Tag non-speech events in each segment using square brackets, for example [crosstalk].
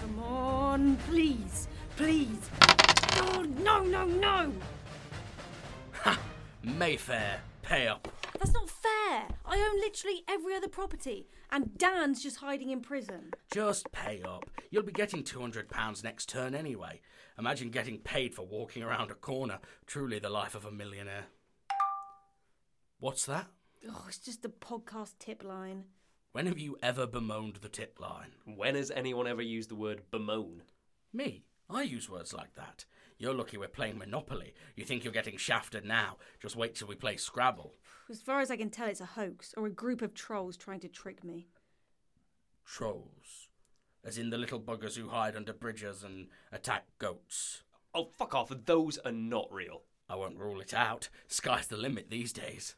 Come on, please, please. Oh, no, no, no! Mayfair, pay up. That's not fair. I own literally every other property, and Dan's just hiding in prison. Just pay up. You'll be getting £200 next turn anyway. Imagine getting paid for walking around a corner. Truly the life of a millionaire. What's that? Oh, it's just a podcast tip line. When have you ever bemoaned the tip line? When has anyone ever used the word bemoan? Me? I use words like that. You're lucky we're playing Monopoly. You think you're getting shafted now. Just wait till we play Scrabble. As far as I can tell, it's a hoax or a group of trolls trying to trick me. Trolls. As in the little buggers who hide under bridges and attack goats. Oh, fuck off. Those are not real. I won't rule it out. Sky's the limit these days.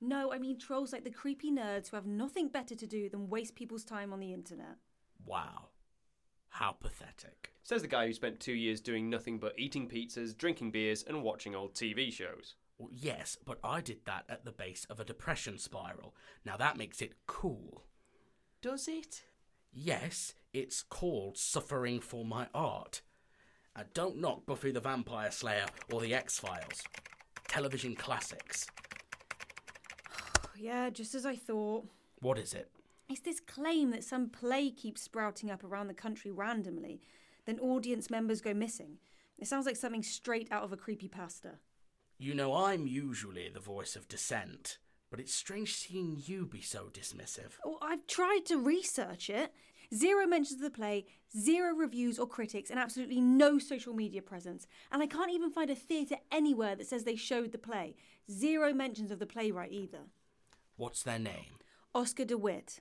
No, I mean trolls like the creepy nerds who have nothing better to do than waste people's time on the internet. Wow. How pathetic. Says the guy who spent two years doing nothing but eating pizzas, drinking beers, and watching old TV shows. Well, yes, but I did that at the base of a depression spiral. Now that makes it cool. Does it? Yes, it's called Suffering for My Art. And don't knock Buffy the Vampire Slayer or The X Files. Television classics. Oh, yeah, just as I thought. What is it? It's this claim that some play keeps sprouting up around the country randomly, then audience members go missing. It sounds like something straight out of a creepypasta. You know, I'm usually the voice of dissent, but it's strange seeing you be so dismissive. Oh, I've tried to research it. Zero mentions of the play, zero reviews or critics, and absolutely no social media presence. And I can't even find a theatre anywhere that says they showed the play. Zero mentions of the playwright either. What's their name? Oscar DeWitt.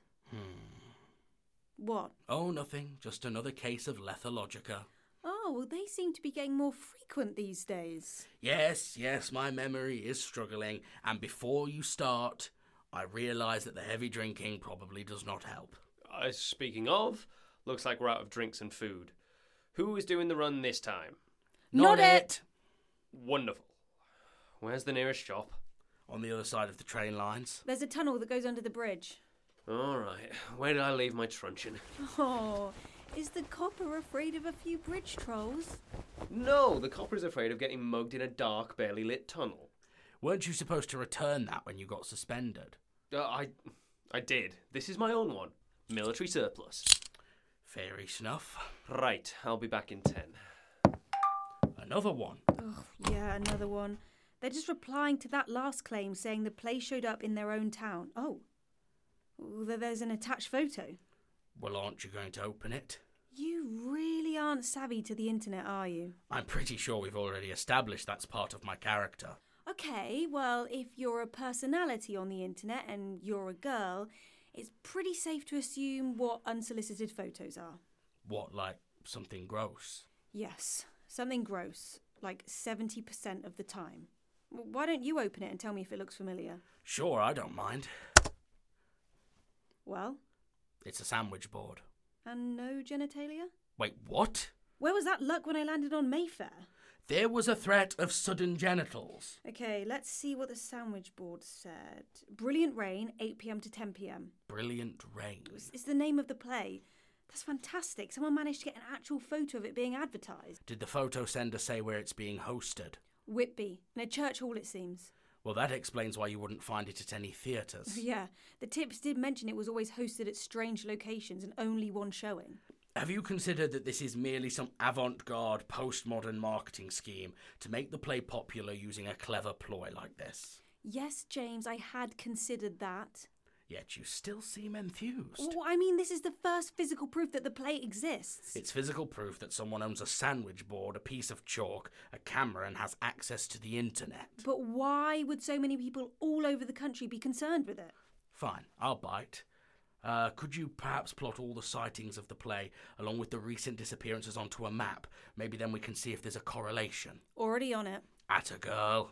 What? Oh, nothing. Just another case of lethalogica. Oh, well, they seem to be getting more frequent these days. Yes, yes, my memory is struggling, and before you start, I realise that the heavy drinking probably does not help. Uh, speaking of, looks like we're out of drinks and food. Who is doing the run this time? Not it. Wonderful. Where's the nearest shop? On the other side of the train lines. There's a tunnel that goes under the bridge. All right. Where did I leave my truncheon? Oh, is the copper afraid of a few bridge trolls? No, the copper is afraid of getting mugged in a dark, barely lit tunnel. Weren't you supposed to return that when you got suspended? Uh, I, I did. This is my own one. Military surplus. Fairy snuff. Right. I'll be back in ten. Another one. Oh, yeah, another one. They're just replying to that last claim saying the play showed up in their own town. Oh, Ooh, there- there's an attached photo. Well, aren't you going to open it? You really aren't savvy to the internet, are you? I'm pretty sure we've already established that's part of my character. Okay, well, if you're a personality on the internet and you're a girl, it's pretty safe to assume what unsolicited photos are. What, like something gross? Yes, something gross, like 70% of the time. W- Why don't you open it and tell me if it looks familiar? Sure, I don't mind. Well, It's a sandwich board. and no genitalia? Wait, what? Where was that luck when I landed on Mayfair? There was a threat of sudden genitals. Okay, let's see what the sandwich board said. Brilliant Rain, 8 pm to 10 pm. Brilliant rain. It's the name of the play. That's fantastic. Someone managed to get an actual photo of it being advertised. Did the photo sender say where it's being hosted? Whitby, in a church hall, it seems. Well, that explains why you wouldn't find it at any theatres. [laughs] Oh, Yeah, the tips did mention it was always hosted at strange locations and only one showing. Have you considered that this is merely some avant garde postmodern marketing scheme to make the play popular using a clever ploy like this? Yes, James, I had considered that. Yet you still seem enthused. Well, I mean, this is the first physical proof that the play exists. It's physical proof that someone owns a sandwich board, a piece of chalk, a camera, and has access to the internet. But why would so many people all over the country be concerned with it? Fine, I'll bite. Uh, could you perhaps plot all the sightings of the play along with the recent disappearances onto a map? Maybe then we can see if there's a correlation. Already on it. At a girl.